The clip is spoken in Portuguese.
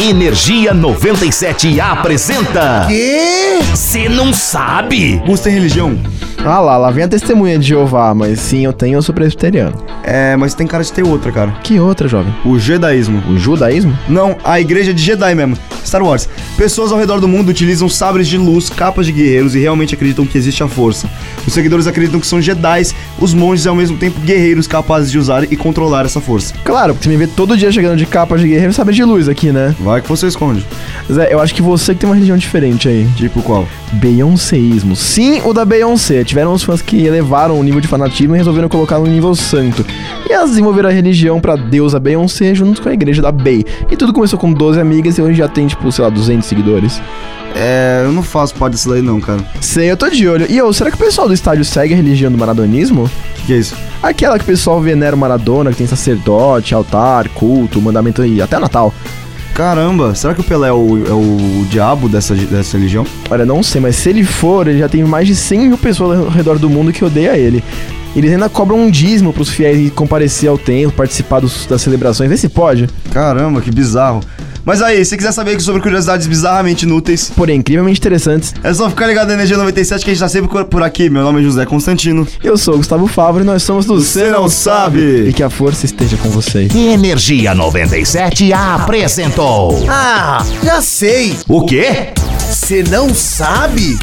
Energia 97 apresenta. Quê? Você não sabe? Você tem religião? Ah lá, lá vem a testemunha de Jeová, mas sim, eu tenho, eu sou presbiteriano. É, mas tem cara de ter outra, cara. Que outra, jovem? O jedaísmo. O judaísmo? Não, a igreja de Jedi mesmo. Star Wars. Pessoas ao redor do mundo utilizam sabres de luz, capas de guerreiros e realmente acreditam que existe a força. Os seguidores acreditam que são Jedis, os monges ao mesmo tempo guerreiros capazes de usar e controlar essa força. Claro, porque você me vê todo dia chegando de capa de guerreiro sabe de luz aqui, né? Vai que você esconde. Zé, eu acho que você que tem uma religião diferente aí. Tipo qual? Beyoncéismo. Sim, o da Beyoncé. Tiveram uns fãs que elevaram o nível de fanatismo e resolveram colocar no nível santo. E elas desenvolveram a religião pra deusa Beyoncé junto com a igreja da Bey. E tudo começou com 12 amigas e hoje já tem, tipo, sei lá, 200 seguidores. É, eu não faço parte disso daí não, cara. Sei, eu tô de olho. E ô, será que o pessoal do estádio segue a religião do maradonismo? O que, que é isso? Aquela que o pessoal venera o Maradona, que tem sacerdote, altar, culto, mandamento e até Natal. Caramba, será que o Pelé é o, é o diabo dessa, dessa religião? Olha, não sei, mas se ele for, ele já tem mais de 100 mil pessoas ao redor do mundo que odeia ele. Eles ainda cobram um dízimo pros fiéis e comparecer ao templo, participar dos- das celebrações. Vê se pode. Caramba, que bizarro. Mas aí, se quiser saber sobre curiosidades bizarramente inúteis, Porém, incrivelmente interessantes. é só ficar ligado na Energia 97 que a gente tá sempre por aqui. Meu nome é José Constantino. Eu sou o Gustavo Favre e nós somos do Você não sabe. E que a força esteja com vocês. Energia 97 apresentou. Ah, já sei. O quê? Você não sabe?